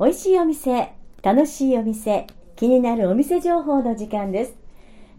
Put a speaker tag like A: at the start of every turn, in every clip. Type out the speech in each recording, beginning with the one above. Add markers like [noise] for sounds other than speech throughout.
A: 美味しいお店、楽しいお店、気になるお店情報の時間です。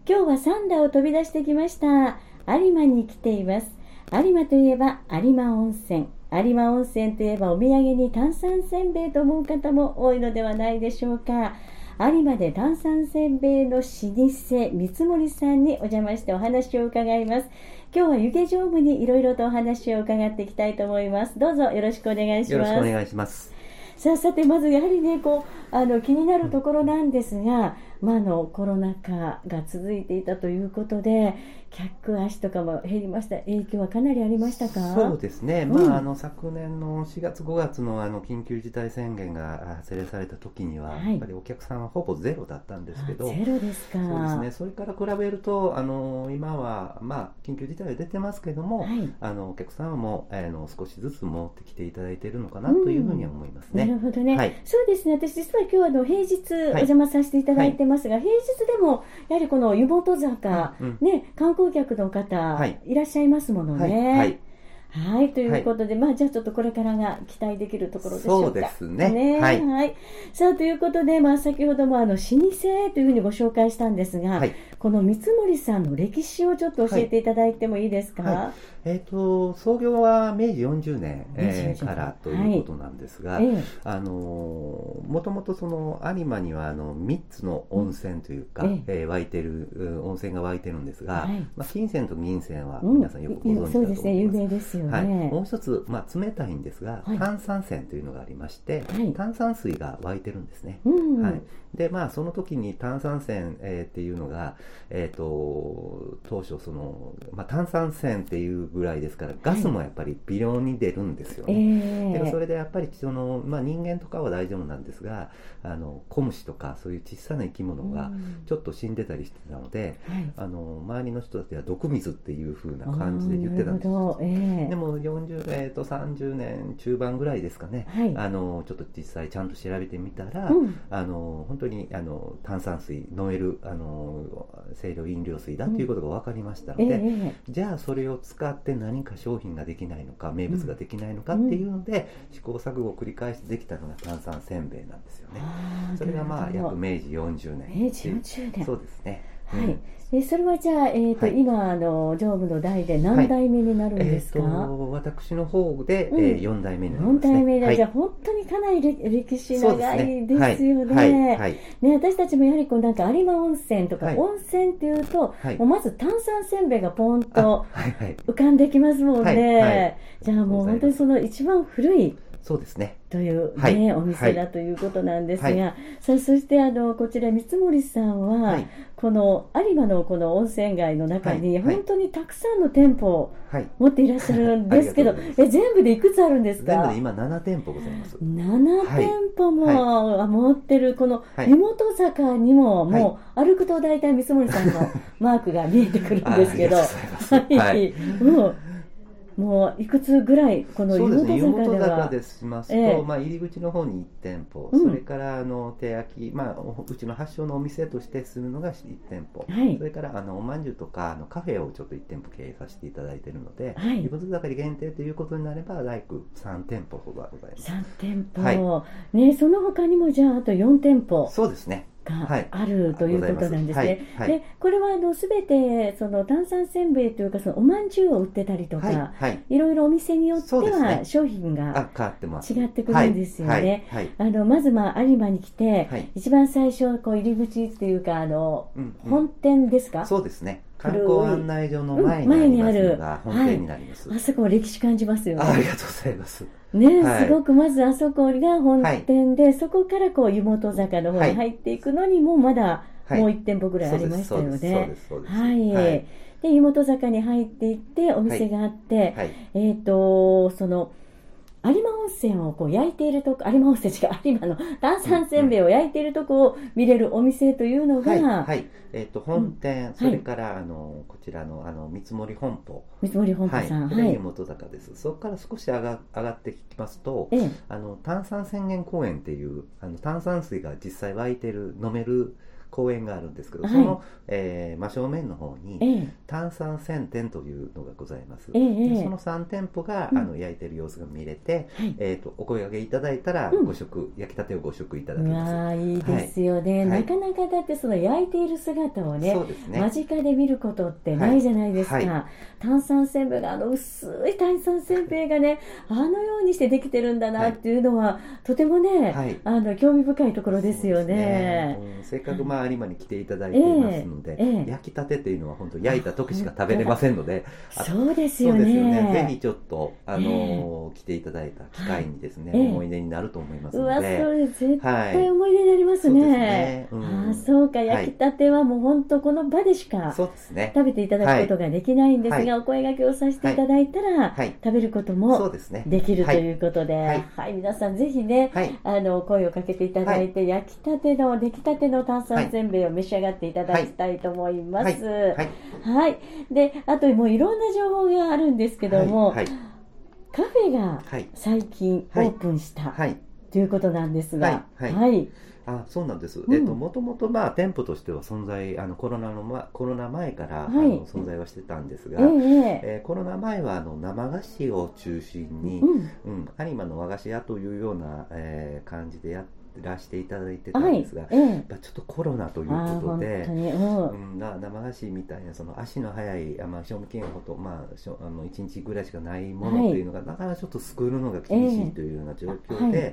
A: 今日は三田を飛び出してきました。有馬に来ています。有馬といえば有馬温泉。有馬温泉といえばお土産に炭酸せんべいと思う方も多いのではないでしょうか。有馬で炭酸せんべいの老舗三森さんにお邪魔してお話を伺います。今日は湯気常務にいろいろとお話を伺っていきたいと思います。どうぞよろしくお願いし
B: よろ
A: ま
B: し
A: す
B: くお。願いします。
A: さあさてまずやはりねこうあの気になるところなんですが、まあ、あのコロナ禍が続いていたということで客足とかも減りました影響はかなりありましたか
B: そうですね、
A: うん
B: まあ、あの昨年の4月、5月のあの緊急事態宣言が発令された時には、
A: はい
B: やっぱりお客さんはほぼゼロだったんですけど、
A: あゼロですか
B: そうですね、それから比べると、あの今は、まあ、緊急事態が出てますけども、
A: はい
B: あのお客さんもあの少しずつ戻ってきていただいているのかなというふうには思います
A: な
B: ね。
A: るほどね、
B: はい
A: そうですね私実は今日あの平日お邪魔させていただいてますが、平日でもやはりこの湯本坂、
B: うん
A: ね、観光客の方、
B: はい
A: いらっしゃいますもの
B: はい
A: ね。
B: はい
A: はい、ということで、まあ、じゃあちょっとこれからが期待できるところでしょうか。
B: そうですね
A: は。
B: はいい
A: さあ、ということで、まあ、先ほども、あの、老舗というふうにご紹介したんですが、
B: はい
A: この三森さんの歴史をちょっと教えていただいてもいいですか、
B: はえー、と創業は明治40年、えー
A: 明治40年
B: からということなんですが、
A: え
B: あのもともとその有馬にはあの3つの温泉というか、
A: うんえ
B: えー湧いてるうん温泉が湧いてるんですが、
A: はい
B: まあ、金泉と銀泉は
A: え。
B: 皆さんよくご
A: うん
B: 存知
A: そう
B: だ
A: です
B: と思
A: ね、
B: い
A: 有
B: ます。
A: 名ですよね。
B: はい、もう一つ、まあ、冷たいんですが、
A: はい
B: 炭酸泉というのがありまして、
A: はい
B: 炭酸水が湧いてるんですね。
A: うん、
B: はい、でまあその時に炭酸泉、えーっていうのが、えー、と当初その、まあ、炭酸泉っていうぐらいですからガスもやっぱり微量に出るんですよ
A: え
B: ね。
A: え
B: でもそれでやっぱりその、まあ、人間とかは大丈夫なんですがあの小虫とかそういう小さな生き物
A: う
B: が
A: ん
B: ちょっと死んでたりしてたので、
A: はい
B: あの周りの人たちは毒水っていう風な感じで言ってたんです
A: あーなるほど、ええ
B: でも40、えー、と30年中盤ぐらいですかね、
A: はい
B: あのちょっと実際ちゃんと調べてみたら、
A: うん
B: あの本当にあの炭酸水飲めるあの清涼飲料水だということが分かりましたの
A: え
B: で、
A: ええ
B: じゃあそれを使って何か商品ができないのか名物ができないのかっていうので、試行錯誤を繰り返してできたのが炭酸せんべいなんですよ
A: え
B: ね。
A: あー
B: それがまあ
A: なるほ
B: 約
A: ど
B: 明治40年
A: 明治40年
B: そうですね。
A: は
B: う
A: い
B: ん、
A: えそれはじゃあ、えーと
B: はい
A: 今あの常務の代で
B: は
A: 何
B: い
A: 代目になるんで
B: え
A: す
B: ー、
A: か、
B: と私の方で、
A: うん
B: えー、4代目になり
A: 4
B: ますね。
A: 代目だ、
B: はい
A: じゃあ本当にかなり歴歴史長いですよね
B: はいはいはい
A: ね私たちもやはりこうなんか有馬温泉とか、
B: はい
A: 温泉っていうと、
B: はい
A: もうまず炭酸せんべいがポン
B: あ
A: と
B: はいはい
A: 浮かんできますもんね、
B: はいはい
A: じゃあもう本当にその一番古い
B: そうですね
A: という、ね
B: はい
A: お店だということなんですが、
B: はい
A: さあそしてあのこちら三森さんは、
B: はい
A: この有馬のこの温泉街の中に、
B: はいはい
A: 本当にたくさんの店舗を
B: はい
A: 持っていらっしゃるんですけ
B: [laughs] あ
A: ど
B: りがとうござい
A: え全部でいくつあるんです
B: 全部
A: か
B: で今7店舗ございます
A: 7
B: はい
A: 店舗もあ持ってるこの
B: はい
A: 湯本坂にももう歩くと大体三森さん
B: [laughs]
A: のマークが見えてくるんですけど
B: あありがとうございます
A: は
B: はい
A: いもうもういくつぐらいこの湯
B: そうですね、湯
A: 本
B: 本
A: 坂で
B: 坂
A: は
B: でしますと、
A: ええ
B: まあ、入り口の方に1店舗、
A: うん
B: それからあの手焼き、まあ、おうちの発祥のお店としてするのが1店舗、
A: はい
B: それからあのおまんじゅうとかあのカフェをちょっと1店舗経営させていただいているので、
A: はい
B: 湯本坂に限定ということになれば、来区3店舗ほどはございます。
A: 3店舗、
B: は
A: ね、その他にもじゃああと4店舗
B: そうですね、
A: があるということなんですね。
B: はいはい
A: でこれはあの全てその炭酸せんべいというかそのおまんじゅうを売ってたりとか、
B: はい、
A: い
B: はい、
A: ろいろお店によって
B: そうです
A: は
B: ね
A: 商品が
B: あ変わってます。
A: 違ってくるんですよね。
B: はい、はい
A: あのまず、まあ、有馬に来て、
B: はい
A: 一番最初こう入り口っていうかあの、
B: うんうん
A: 本店ですか
B: そうですね。観
A: 古い
B: 光案内所の前
A: うん前に
B: にありますの
A: あ
B: が
A: る
B: 本店になります。
A: あそこも歴史感じますよ
B: ああり
A: ね。
B: がとうございます。
A: ね、
B: はい
A: すごくまずあそこが本店で、そこからこう湯本坂の方に入っていくのにもまだ
B: はい
A: もう1店舗ぐらいありましたよ
B: そうです
A: ね。
B: そうですそうです。
A: はい、
B: はい。
A: で湯本坂に入っていってお店があって、
B: はい
A: えっ、とその有馬温泉をこう焼いているとこ有馬温泉違う有馬の炭酸せんべいを焼いているとこを見れるお店というのが、
B: はいはいえっと本店、
A: い
B: それからあのこちらのあの見積もり本舗、
A: 三森本舗さん、
B: は、
A: はいい
B: これが元坂です。そこから少し上が上がってきますと、
A: ええ
B: あの炭酸泉源公園っていうあの炭酸水が実際湧いてる飲める公園があるんですけど、
A: はい
B: その、えー真正面の方
A: え
B: に
A: え
B: 炭酸泉店というのがございます、
A: えええ
B: で
A: え
B: その3店舗が、
A: うん
B: あの焼いてる様子が見れて、
A: はい
B: えー、とお声掛けいただいたら
A: うん
B: ご食、焼きたてをご食いただき
A: う
B: ます、
A: わあいいですよね、
B: はい
A: なかなかだってその焼いている姿をね
B: そうですね
A: 間近で見ることってないじゃないですか、
B: はいは
A: 炭酸せんべいがあの薄い炭酸せんべいがねあのようにしてできてるんだなっていうのは、とてもね、
B: はい
A: あの興味深いところですよね。
B: そうですねうんせっかくまあ有馬に来ていただいていますので、
A: ええええ
B: 焼きたてっていうのは本当焼いた時しか食べれませんので、あ
A: そうです
B: そ
A: よ
B: う
A: ね
B: ですよね。ぜひちょっと、あのー来ていただいた機会にですね、
A: はいええ
B: 思い出になると思います
A: う
B: の
A: わそ
B: で。
A: れ絶
B: はい。
A: 対思い出になります
B: そうです
A: ね。
B: ね。う
A: あ
B: ん
A: あそうか
B: はい
A: 焼きたてはもう本当この場でしか
B: そうですね。
A: 食べていただくことができないんですが、
B: はい
A: お声掛けをさせていただいたら、
B: はい。
A: 食べること
B: そ
A: も
B: うですね。
A: できると
B: はい
A: いうことで、はい
B: はい
A: 皆さんぜひね
B: はい。
A: あの声をかけていただいて、焼きたての出来たての炭酸せんべいを召し上がっていただきたいと思います。はい、
B: はい。
A: であともういろんな情報があるんですけども、
B: はい。
A: カフェが
B: はい。
A: 最近オ
B: はい
A: ープンした、
B: はい。
A: ということなんですが、
B: はい
A: は
B: はいあ、そうなんです。
A: ん
B: えっと、もともと、まあ、店舗としては存在、あの、コロナの、ま、コロナ前から、
A: は
B: あ
A: い
B: の、存在はしてたんですが、
A: ええ
B: えーコロナ前は、あの、生菓子を中心に、
A: うん、
B: うん、有馬の和菓子屋というような、えー感じでやってらしていただいてた
A: は
B: ん
A: い
B: ですが、や
A: ええ
B: っぱちょっとコロナという
A: ああ
B: こと
A: 本当
B: で、
A: に、うん
B: うん、な生菓子みたいなその足の速い、あまあ、賞味期限ほど、まあ、しょあの1日ぐらいしかないも
A: は
B: の
A: い
B: というのが、なかなかちょっと救うのが厳し
A: ええ
B: いというような状況で、
A: は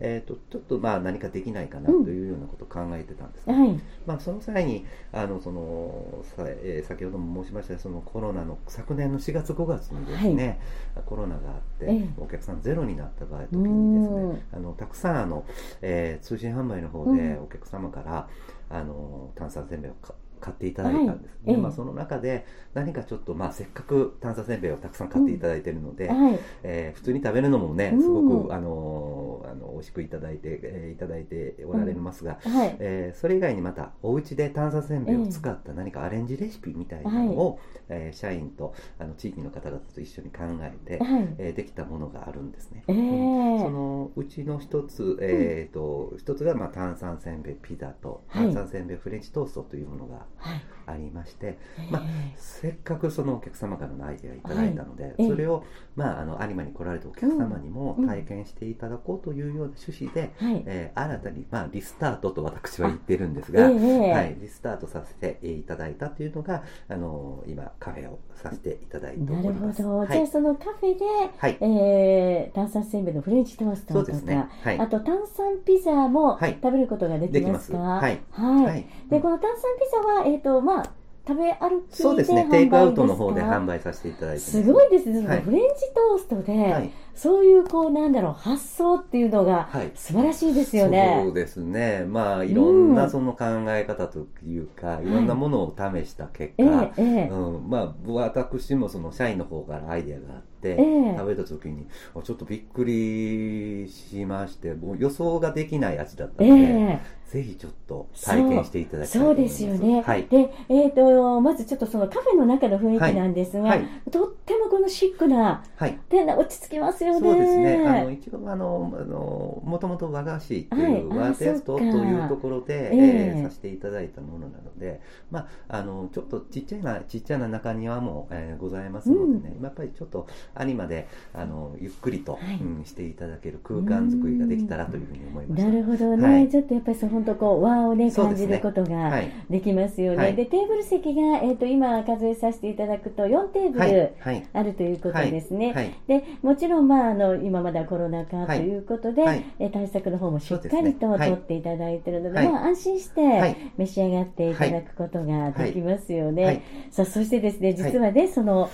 B: えーとちょっとまあ何かできないかなというようなことを考えてたんですね、
A: はい
B: まあ、その際にあのそのさ、えー先ほども申しましたそのコロナの昨年の4月5月にですね、コロナがあって、
A: ええ
B: お客さんゼロになった場合時
A: う
B: にですね
A: ん
B: あのたくさんあの、えー通信販売の方で
A: う
B: お客様から、あの炭酸せんべいをか買っていただいたんです、
A: はいえ
B: ね
A: え
B: まあ、その中で何かちょっと、まあ、せっかく炭酸せんべいをたくさん買っていただいているので、
A: はい
B: えー普通に食べるのもね
A: うん
B: すごく、あのーあの美味しくいただいて、えーいただいておられますが、
A: はい
B: えーそれ以外にまたお家で炭酸せんべいを使った何かアレンジレシピみたいなのを、えー社員とあの地域の方々と一緒に考えて、
A: はい
B: えーできたものがあるんですね。
A: ええ
B: うんそのうちの一つ、えーと一つが、まあ、炭酸せんべいピザと
A: はい
B: 炭酸せんべいフレンチトーストというものが
A: はい
B: ありまして、まあ
A: え
B: せっかくそのお客様からのアイデアをいただいたので、
A: ええ
B: それを、まあ、あの有馬に来られたお客様にも
A: うんうん
B: 体験していただこうというような趣旨で、
A: えはい
B: えー新たに、まあ、リスタートと私は言ってるんです
A: ええ
B: が、
A: ええ
B: はい、リスタートさせていただいたというのが、あのー今カフェをさせていただいて
A: な
B: お
A: る
B: り
A: ほ
B: ます。
A: ど、
B: は
A: じゃあ
B: い、
A: そのカフェで、
B: はい、
A: えー、炭酸せんべいのフレンチトースト
B: そう
A: と
B: で
A: か、
B: すね。はい
A: あ、と炭酸ピザも
B: はい
A: 食べることができますか、は
B: はいいはい、
A: でこの炭酸ピザは、えーとまあ、食べ歩きで
B: そうですね。
A: 販売
B: テイクアウトの方で販
A: 売
B: 売させていただいてます
A: すごいですね、そ
B: は
A: の
B: い
A: フレンチトーストで、
B: はい、
A: そういうこうなんだろう発想っていうのが
B: はい。
A: 素晴らしいですよ
B: そ
A: ね
B: う。ですね。まあ、いろん
A: うん
B: なその考え方というか、いろんなものを試した結
A: え
B: 果、
A: えええ
B: うん、まあ私もその社員の方からアイデアがあって、
A: ええ
B: 食べた時にあちょっとびっくりしましてもう予想ができない味だった
A: え
B: ので、
A: え
B: ぜひちょっと体験していただきたいと
A: そう
B: 思い
A: で
B: ます
A: すよね。
B: はい、
A: で、えーと、まずちょっとそのカフェの中の雰囲気なんですが、
B: はい
A: とってもこのシックな、
B: はい
A: で落ち着きますよね。
B: そうですねあの一応あのあのもともと和菓子っていう、
A: はいあ
B: 和テストと
A: そっか
B: いうところで、
A: え
B: え
A: え
B: ーさせていただいたものなので、まあ、あのちょっとちっちゃいなちっちゃな中庭も、えーございますのでね、やっぱりちょっと有馬であのゆっくりと、
A: はい
B: うん、していただける空間作りができたらというふうに思いました。
A: なるほどね、
B: はい
A: ちょっとやっぱりそう本当こう和をね
B: そう
A: 感
B: で
A: じ
B: すね
A: ることが
B: はい、
A: できますよね。で,、
B: はい
A: テーブル席が、えー、と今数えさせていただくと4テーブ
B: はい
A: ル、
B: はい、
A: あるということ
B: はい
A: ですね。
B: はい、
A: でもちろん、まあ、あの今まだコロナ禍と
B: はい
A: いうことで、
B: はい
A: えー対策の方もしっ
B: そうで
A: か
B: すね
A: りと
B: はい
A: 取っていただいているので、
B: はい
A: まあ、安心して、
B: はい、
A: 召し上がっていただくことができますよね。
B: はい
A: さあそしてですね実はね、その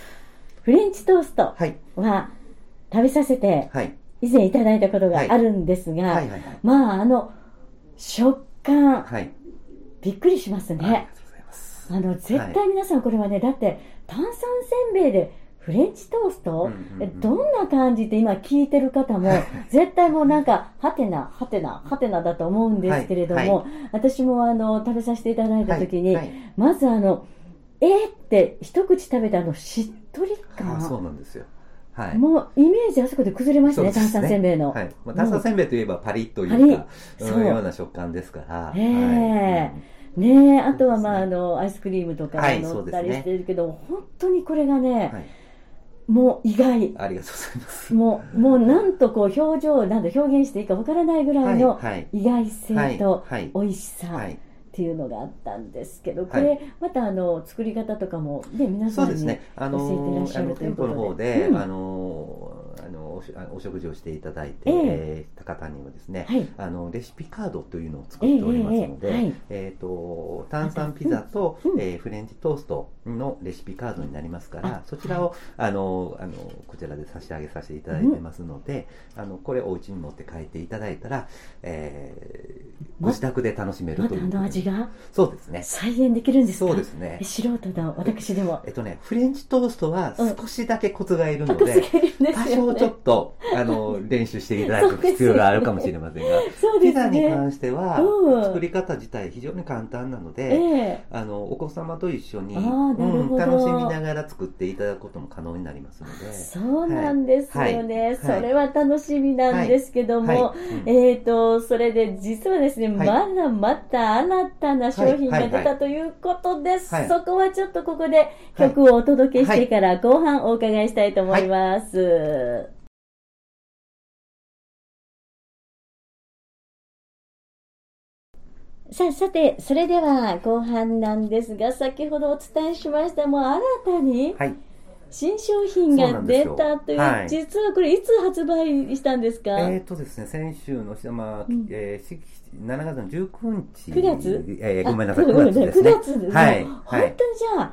A: フレンチトースト
B: はい、
A: は食べさせて
B: はい、
A: 以前いただいたことがあるんですが、
B: はい、はい、
A: まああの食感
B: はい、
A: びっくりします
B: ありが
A: ね。
B: とうございます。
A: あの絶対皆さんこれはねだって炭酸せんべいでフレンチトースト、
B: うんうんうん
A: どんな感じって今聞いてる方も絶対もうなんかはてなはてなはてなだと思うんですけれども、
B: は
A: 私もあの食べさせていただいた時に、
B: はいはい
A: まずあのえー、って一口食べたあのしっとり
B: あそう
A: 感
B: なんですよ。はい。
A: もうイメージあそこで崩れましたね
B: そう
A: 炭酸
B: ですね
A: せんべいの、
B: はいまあ、炭酸せんべいといえばパリッとい
A: パリ
B: う
A: ッ
B: か、
A: そう
B: うんような食感ですから、
A: ええ
B: はい
A: ねえあとはまああ
B: そうですね
A: のアイスクリームとか
B: はい
A: 乗った
B: そう
A: り
B: ですね
A: してるけど、本当にこれがね、
B: はい、
A: もう意外
B: ありがとうございます。
A: もうもうなんとこう表情など表現していいかわからないぐらいの
B: はい、
A: 意外
B: はい、
A: 性と
B: はい、
A: 美味しさ
B: は
A: っ
B: い、
A: ていうのがあったんですけど、
B: い
A: これまたあの作り方とかもね皆
B: そ
A: さ
B: うんです
A: に、
B: ね。あ
A: 教えてら
B: の
A: っし
B: あ
A: ゃる
B: の
A: という
B: 店
A: ことで
B: 舗の方で、
A: うん
B: あのあのおしあお食事をしていただいて、
A: ええ
B: えーた方にはですね、
A: はい
B: あのレシピカードというのを作
A: ええ
B: っておりますの
A: ええは
B: で、
A: い、
B: えっと炭酸ピザと
A: うんうん
B: えーフレンチトーストのレシピカードになりますか
A: あ
B: ら、そちらをあのあのこちらで差し上げさせていただいてますので、あのこれお家に持って帰っていただいたら、えーご自宅で楽しめる
A: ま
B: と
A: た
B: い
A: あ
B: う。
A: の味が
B: そうですね。
A: 再現できるんですか
B: そうですね
A: え。素人の私でも
B: えっとね、フレンチトーストは少しだけコツがいるの
A: 高す
B: で、
A: ぎるんです
B: 多
A: よ、
B: 少
A: ね、
B: ちょっと、
A: [laughs]
B: あの、練習していただく必要があるかもしれませんが、
A: そうで
B: ピ
A: す
B: ザに
A: ね
B: 関しては
A: うん、
B: 作り方自体非常に簡単なの
A: え
B: で、
A: え
B: あの、お子様と一緒に、
A: あーなるほど
B: うん楽しみながら作っていただくことも可能になりますので、
A: そうなんですよね、
B: はいはい
A: それは楽しみなんですけども、
B: はいうん
A: えー、とそれで実はですね、
B: はい
A: まだまた新たな商品が
B: はい
A: 出
B: はいは
A: たということです、
B: はい
A: そこはちょっとここで曲をお届けしてから後半お伺いしたいと思います、さあさてそれでは後半なんですが先ほどお伝えしましたもう新たに
B: はい。
A: 新商品が出たという
B: そうなんですよ
A: 実はこれいつ発売したんですか、
B: えーとですね、先週の、まあ
A: うん
B: えーし7月の19日。
A: 9月
B: えー
A: あ
B: ごめんなさい、
A: そう
B: 9
A: だよね
B: 月ですね。
A: 9月ですね
B: はい。は
A: 本
B: い。
A: 当にじゃあ、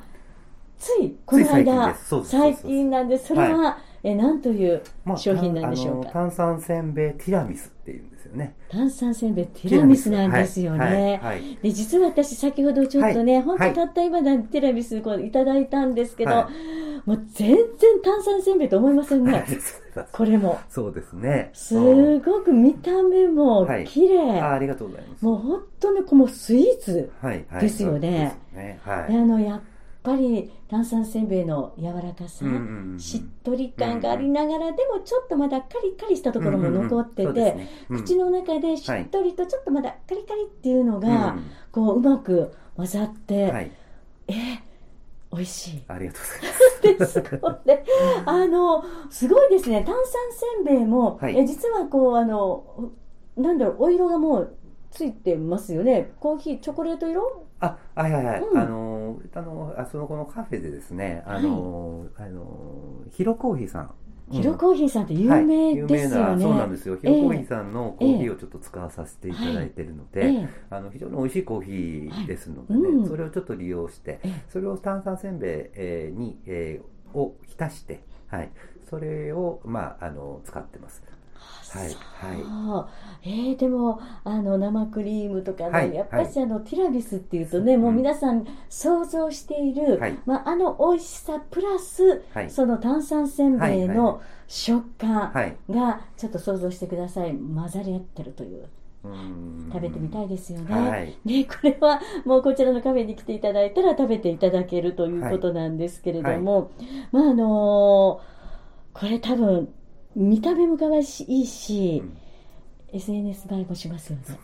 A: ついこの間、
B: つい最近ですそうです
A: 最近なんです、それは、え何という
B: まあ
A: 商品なんでしょうか
B: あの炭酸せんべいティラミスっていうんですよね。
A: 炭酸せんべい、ティラミスなんですよね。
B: はい。はい
A: で実は私、先ほどちょっとね、
B: はい
A: 本
B: は
A: 当
B: い
A: たった今なんてティラミスこういただいたんですけど、
B: は
A: もう全然炭酸せんべいと思いません
B: はい
A: ね、これも。
B: [laughs] そうですね。
A: すごく見た目も
B: はい
A: 綺麗、
B: うんあありがとうございます。
A: もう本当にこうもうスイーツ。
B: はい、はい。
A: ですよね
B: そうですね。はい。
A: であのやっぱり炭酸せんべいの柔らかさ、
B: うんうんうん
A: しっとり感がありながら、でもちょっとまだカリカリしたところも残ってて、
B: うんうんうんそうですねうん
A: 口の中でしっとりとちょっとまだカリカリっていうのが、
B: うん
A: こううまく混ざって、
B: はい。
A: 美味しい
B: ありがと
A: [laughs]
B: う
A: です
B: [laughs]
A: これあのすごいですね炭酸せんべいも、
B: はい
A: え実はこうあのなんだろうお色がもうついてますよねコーヒーチョコレート色
B: ございます。あ、はいはいはい。
A: うん
B: あのー、あのー、あそのこのカフェでですね、あのー、あのー、ヒロコーヒーさん。うん
A: ヒロコーヒーさんって有名ですよ
B: はい、有名な
A: ね、
B: そうなんですよ。ヒロコーヒーさんのコーヒーをちょっと使わさせていただいているので、
A: ええ
B: あの非常に美味しいコーヒーですので
A: は
B: ね、
A: いうん
B: それをちょっと利用して
A: ええ、
B: それを炭酸せんべいえーに、えーを浸して、はい、それを、まあ、あの使ってます。はい、はい、
A: はい、えーでもあの生クリームとかね、
B: はい
A: やっぱりあのティラミスっていうと
B: そ
A: ね
B: う
A: もううん皆さん想像している、
B: はい
A: まあ、あの美味しさプラス、
B: はい
A: その炭酸せんべいの食感
B: はい
A: がちょっと想像してください混ざり合ってるという
B: うん
A: 食べてみたいですよね。
B: はい
A: ね、これはもうこちらのカフェに来ていただいたら食べていただけるということなんですけれども、まああのこれ多分見た目も可愛いしいいし、
B: うん
A: SNS 映えもしますよね。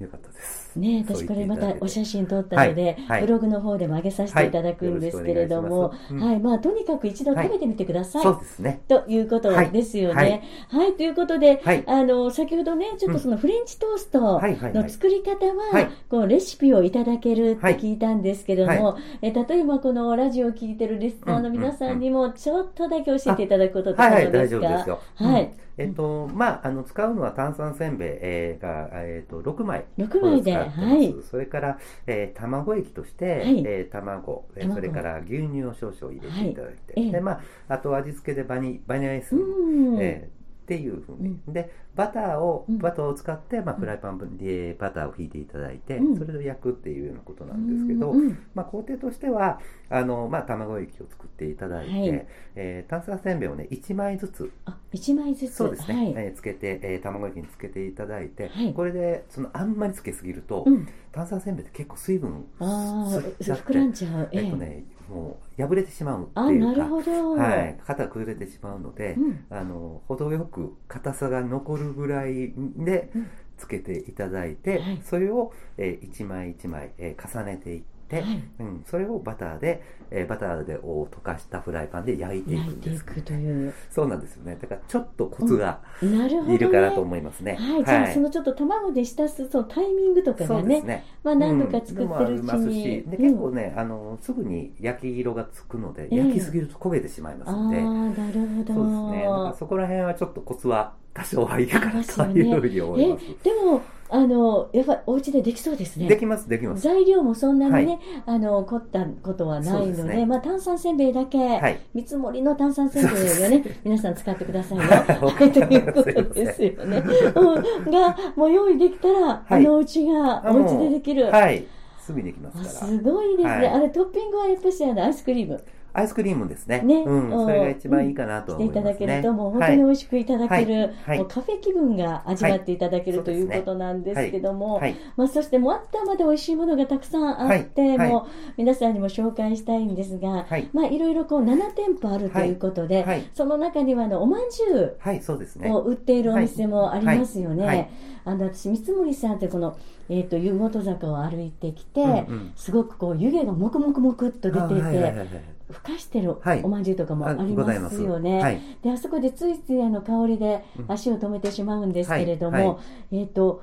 B: よかったです。
A: ね
B: そ
A: 私
B: う
A: こ
B: 言って
A: れ
B: い
A: ま
B: ただ
A: た
B: けて
A: お写真撮ったので、
B: はいはい
A: ブログの方でも上げさせていただくんですけれども、は
B: はいいよろしくお願いしますうん
A: まあとにかく一度食べてみてください。
B: そうですね。
A: ということですよね。は
B: はいい、
A: ということで、
B: はい
A: あの先ほどね、ちょっとそのフレンチトースト
B: はいはいは
A: の
B: い
A: 作り方は、
B: はい
A: こうレシピをいただけるって
B: はい
A: 聞いたんですけども、え例えばこのラジオを聞いてるリスナーの皆さんにもちょっとだけ教えていただくことって
B: はい
A: 可能
B: は
A: で
B: い、大
A: す
B: 丈
A: か。
B: 夫ですよ。
A: は
B: うん
A: い、
B: えっと、まあ、あの、使うのは炭酸せんべいえーが、えっと、6枚。
A: 六枚で
B: 使ってます
A: はい
B: それから、えー卵液として、
A: い
B: えー卵、えー
A: 卵
B: それから牛乳を少々入れていただい
A: は
B: て、
A: いええ
B: で、まあ、あと味付けでバニ、バニラエッセンス、
A: うん、
B: えーっていうふうに、でバターを、
A: うん
B: バターを使って、まあ、
A: うん
B: フライパンでバターをひいていただいて、
A: うん
B: それで焼くっていうようなことなんですけど、
A: うん
B: まあ、工程としてはあの、まあ、卵液を作っていただいて、
A: はい
B: えー炭酸せんべいをね1枚ずつ
A: あ、一枚ずつ。
B: そうですね、
A: はい。
B: えーつけて、えー卵液につけていただいて、
A: はい
B: これでそのあんまりつけすぎると、
A: うん。
B: 炭酸せんべいって結構水分
A: ああ、
B: 吸っちゃって
A: 膨らんちゃう。
B: えっとねもう破れてしまうって
A: あ、
B: いうか
A: なるほど。
B: はい、肩が崩れてしまうので
A: う、ん。
B: あの程よく硬さが残るぐらいで、
A: うん
B: つけていただいて、
A: はい
B: それを、えー一枚一枚、えー重ねていって、
A: はい
B: うん、それをバターで、えーバターでを溶かしたフライパンで焼いてい
A: 焼
B: く
A: い
B: ん
A: て
B: で
A: い
B: す
A: くという。
B: そうなんですよねだからちょっとコツが
A: なるほど、ね。
B: いるかなと思いますね
A: はい、じゃあそのちょっと卵で浸すそのタイミングとか
B: そ
A: が
B: うで
A: ね
B: すね
A: まあ何度か作ってるうち
B: うんでもあります
A: に、
B: し
A: うん
B: で結構ね、あのすぐに焼き色がつくので
A: ええ
B: 焼きすぎると焦げてしまいます
A: ああ
B: ので、
A: なるほど
B: そうですねだからそこら辺はちょっとコツは多少はいる
A: あり
B: か
A: ま
B: な
A: すよ
B: と
A: ね
B: いうふうに思います
A: でもあのやっぱりお家でできそうですね
B: できますできます
A: 材料もそんなにね、あの凝ったことはない
B: そうで
A: の
B: す
A: で
B: ね
A: まあ炭酸せんべいだけ、
B: はい
A: 見積もりの炭酸せんべいをね皆さん使ってくださ
B: [laughs]
A: いね、
B: はい
A: はいということ [laughs] ですよね、うん、がもう用意できたら、
B: い
A: あのお家が
B: あ
A: お
B: もう
A: 家でできる、
B: はいすぐにできま
A: あ
B: すから
A: すごいですね、
B: はい
A: あれトッピングはやっぱしあのアイスクリーム
B: アイスクリームですね
A: ね
B: うん
A: うん
B: それが一番いいかなと
A: して
B: 思い
A: いた
B: ま
A: だ
B: す
A: け
B: ね
A: ると、もう本当に美味しくいただける、
B: はい
A: もうカフェ気分が味わっていただける、
B: はい
A: ということなんですけども、
B: はい
A: まあ、そしてもうあったまで美味しいものがたくさんあって、
B: はいはい
A: もう皆さんにも紹介したいんですが、
B: はい
A: まあ、いろいろこう7店舗あるということで、
B: はいはい
A: その中にはあのおまんじゅ
B: はいそうですね
A: うを売っているお店もありますよね。
B: はいはい
A: あの私三森さんってこの、えー、と湯本坂を歩いてきて、
B: うんうん
A: すごくこう湯気がもくもくもくっと出ていて、
B: あはいはいはいはい
A: ふかしてる
B: はい
A: おまんじゅうとかもありますよね。
B: あございます
A: であそこでついついあの香りで
B: うん
A: 足を止めてしまうんですけれども、
B: はいは
A: えっ、と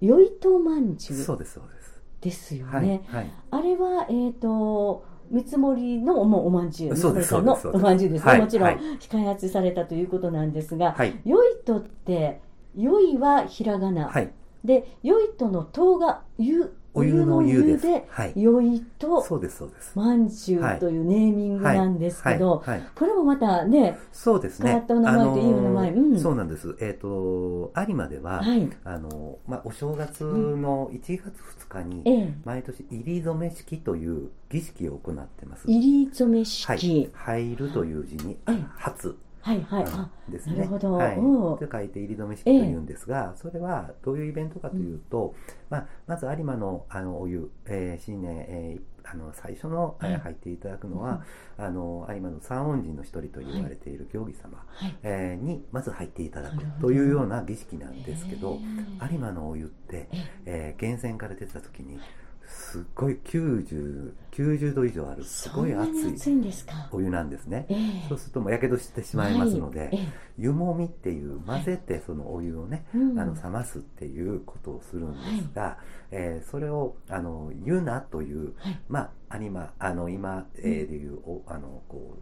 A: よいとまんじゅ
B: そう
A: う
B: ですそうです
A: ですよね。
B: はいはい
A: あれはえっ、と見積もりのもうおまんじゅう、
B: そうです
A: 三森さんのおまんじゅうですね、
B: そう
A: も
B: で
A: ち
B: すそうです
A: ろん、
B: はい
A: 開発されたということなんですが、
B: はい
A: よいとってよいはひらがな、
B: はい
A: でよいとのとが湯
B: お湯の湯です
A: 湯の湯
B: はい
A: でよいと
B: そうですそうです
A: まんじゅうというネーミングなんですけど、
B: はいはいはい
A: これもまたね、
B: そうですね
A: 変わったお名前といいお名前
B: あのー
A: うん
B: そうなんですえっ、と有馬では、
A: はい、
B: あのまあ、お正月の1月2日に、
A: ええ、
B: 毎年入り初め式という儀式を行ってます。
A: 入り初め
B: はい
A: 式、、
B: 入るという字に
A: ええ
B: 「初
A: はい、はい、あ、
B: ですね。
A: なるほど
B: はい
A: おう、
B: と書いて入り初め式というんですが、それはどういうイベントかというと、まあ、まず有馬のあのお湯、えー新年、えーあの最初の、えー
A: はい
B: 入っていただくのは、あの有馬の三恩人の一人と言われている行儀様、
A: はい、
B: えーにまず入っていただ
A: な
B: く
A: るほど
B: というような儀式なんですけど、
A: え
B: 有馬のお湯って、
A: え
B: えー源泉から出た時にすっごい90 90度以上ある
A: え
B: すごい
A: そんなに
B: 熱
A: 熱
B: い
A: いんですか。
B: お湯なんですね
A: ええ、
B: そうするともうやけどしてしまいますので、
A: はいえ
B: 湯もみっていう混ぜてそのお湯をね、
A: えうん
B: あの冷ますっていうことをするんですが、えーそれをあの湯菜という、
A: はい
B: まあ有馬あの今、えーでいうおあのこ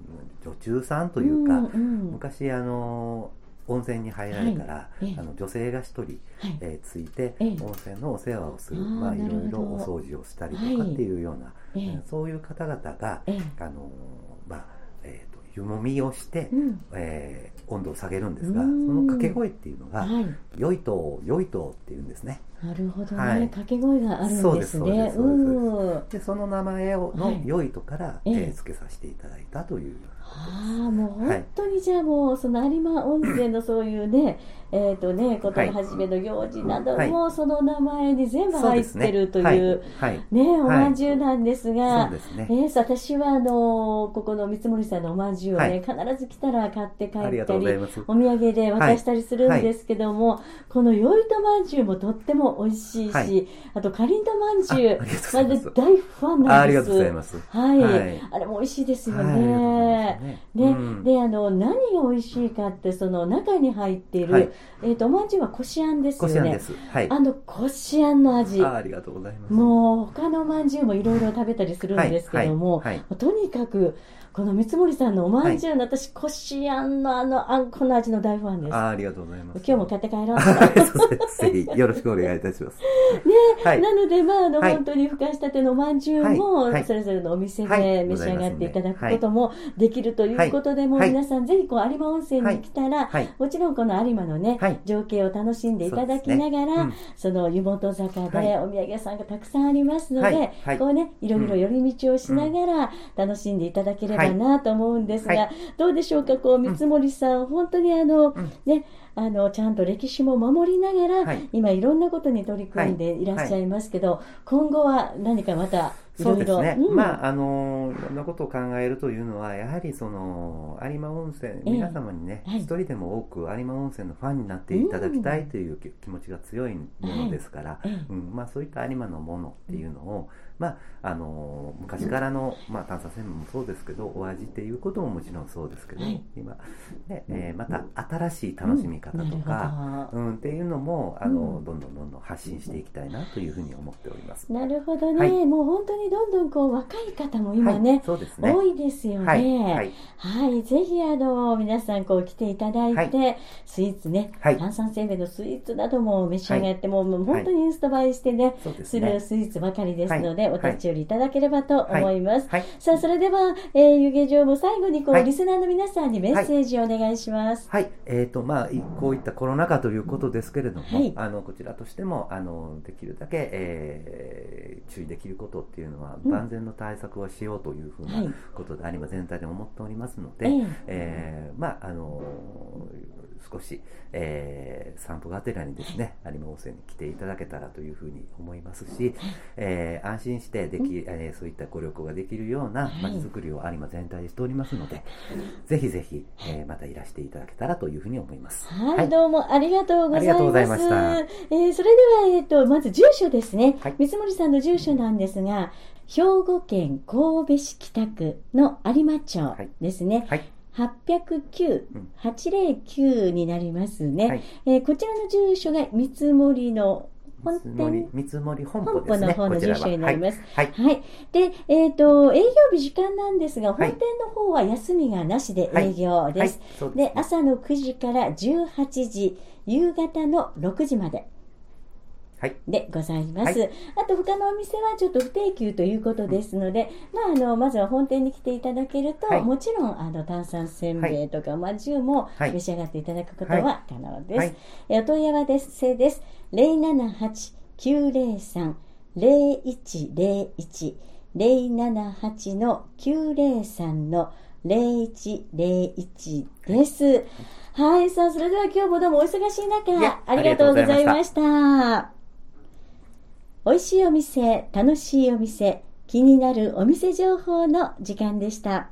B: う女中さんというか、
A: んん
B: 昔あの温泉に入られたら、
A: いええ
B: あの女性が一人、
A: はい
B: えーついて
A: ええ
B: 温泉のお世話をする、
A: あー
B: まあ、い
A: なるほ
B: ろ
A: ど
B: いろお掃除をしたりとか
A: はい
B: っていうような、
A: え
B: え
A: え
B: ーそういう方々が、
A: ええ
B: あのーまあえーと湯もみをして、
A: うん、
B: えー温度を下げるんですが
A: う
B: そ
A: ん
B: の掛け声っていうのが
A: はい。
B: 「よいとよいと」っていうんですね。
A: なるほどね、
B: はい
A: 掛け声があるんです
B: そう
A: ね。
B: ですそうですそう
A: うん
B: でその名前を
A: は
B: の
A: い
B: 「よいと」から、
A: ええ
B: えー付けさせていただいたというようなことです。
A: ああもう本当にじゃあもうその有馬温泉のそういうねえっとねことの始めの行事など
B: はい
A: もその名前に全部
B: そう
A: 入
B: で
A: っ
B: すね
A: てるという
B: はいはい
A: ねおまんじゅうなんです
B: そう
A: が
B: ですね
A: えーそう私はあのーここの三森さんのおまんじゅうを
B: は
A: ね
B: い
A: 必ず来たら買って帰
B: あり
A: っ
B: が
A: た
B: とうござい
A: り
B: ます。
A: お土産で渡したりするんですけどもこのよいとまんじゅうもとっても美味しい
B: は
A: し
B: い
A: あとかりんとまんじゅ
B: ああ
A: う
B: りが
A: まる
B: とうございます
A: で大ファン
B: あ
A: な
B: あ
A: ん
B: り
A: で
B: がとうござい
A: す。
B: ます。
A: はい、
B: はい
A: あれも美味しいですよ
B: はいありがとうござい
A: ね
B: ます。ね
A: ね
B: うん
A: であの何が美味しいかってその中に入っている、
B: はい
A: えー、とおまんじゅうはこしあんですよ
B: こ
A: ね
B: しあんです。はい。
A: あのこしあんの味
B: あありがとうございます。
A: もう他のおまんじゅうもいろいろ食べたりするんですけども、
B: はいはいは
A: とにかくこの三森さんのおまんじゅうの、私こしあんのあのあんこの味の大ファンです
B: あありがとうございます。
A: 今日も買って帰ろう、
B: [laughs] ぜひよろしくお願いいたします。ねはい。
A: なので、まああの
B: はい
A: 本当にふかしたてのおまんじゅうも、
B: はいはい
A: それぞれのお店
B: はい
A: で召し上がっていただく
B: はい
A: こともできるということで、もう
B: はい
A: 皆さん、ぜひこう有馬温泉に来たら、
B: はい。
A: もちろんこの有馬のね、
B: はい
A: 情景を楽しんでいただきながら、そ,、
B: そうです
A: の湯本坂
B: は
A: で
B: い
A: お土産屋さんがたくさんありますので、
B: はいはい
A: こうね、いろいろ寄り道をしながら楽しんでいただければなと思うんですが、
B: は
A: どうでしょうか、こう、三森さん、本当にあの、
B: ん
A: ね、あのちゃんと歴史も守りながら、
B: はい
A: 今いろんなことに取り組んでいらっしゃいますけど、今後は何かまたい
B: そ
A: ろ
B: う
A: い
B: です
A: ろ、
B: ね、
A: うん
B: まああのいろんなことを考えるというのはやはりその有馬温泉、
A: ええ
B: 皆様にね、
A: はい
B: 一人でも多く有馬温泉のファンになっていただきたいという気気持ちが強いものですから、
A: ええ
B: うんまあ、そういった有馬のものっていうのを、まあ、あの昔からの、まあ、炭酸専門もそうですけどお味っていうことももちろんそうですけど、
A: はい
B: 今で、えーまた新しい楽しみ方とか、
A: なるほど
B: うん、っていうのもあの、
A: うん
B: どんどんどんどん発信していきたいなというふうに思っております。
A: なるほどね、
B: はい
A: もう本当にどんどんこう若い方も今
B: は
A: ね
B: い、、そうですね
A: 多いですよね。
B: はい、はい、
A: はい、ぜひあの皆さんこう来ていただいて、スイーツね、
B: はい
A: 炭酸せんべいのスイーツなども召し上がって、もうもう本当にインスタ映えしてね、
B: そうです
A: す
B: ね。
A: るスイーツばかりですので、
B: はい
A: お立ち寄りいただければと思います。
B: はい、
A: さあ、それでは、えー、湯気城も最後にこう、
B: はい
A: リスナーの皆さんにメッセージをお願いします。
B: はい、えっ、と、まあ、いこういったコロナ禍ということですけれども、
A: はい
B: あの、こちらとしても、あの、できるだけ、えー注意できることっていうのは、
A: うん
B: 万全の対策をしようというふう
A: はい
B: なことで、有馬全体で思っておりますので、
A: ええ
B: えーまあ、あの少し、えー散歩がてらにですね、有馬温泉に来ていただけたらというふうに思いますし、えー安心してでき、えーそういったご旅行ができるような
A: はい
B: 街づくりを有馬全体でしておりますので、ぜひぜひ、えーまたいらしていただけたらというふうに思います。
A: はい、
B: はい
A: どうもありがとうございます。
B: ありがとうございました
A: えーそれでは、えっ、と、まず住所ですね。
B: はい
A: 三森さんの住所なんですが、兵庫県神戸市北区の有馬町
B: はい
A: ですね。
B: はい
A: 809
B: うん、
A: 809になりますね。
B: はい
A: えーこちらの住所が三森の本
B: 見積もり
A: 店、
B: 見積もり本舗です
A: 本舗
B: ね。
A: の方の
B: こちらは
A: 住所になります。
B: はい。はい
A: はい。で、えっ、と、営業日時間なんですが、
B: はい
A: 本店の方は休みがなしで営業です。
B: はいそう
A: で、
B: ですね
A: 朝の9時から18時、夕方の6時まで
B: はい。
A: でございます。
B: は
A: あと、他のお店はちょっと不定休ということですので、まあ、あの、まずは本店に来ていただけると、
B: はい
A: もちろん、あの、炭酸せんべいとか、まんじゅうも
B: はい
A: 召し上がっていただくことは可能です。
B: はい
A: えお問い合わせです。078-903-0101。078の903の0101です。はい、さあ、それでは今日もどうもお忙しい中、
B: いや
A: ありがとうございました。美味しいお店、楽しいお店、気になるお店情報の時間でした。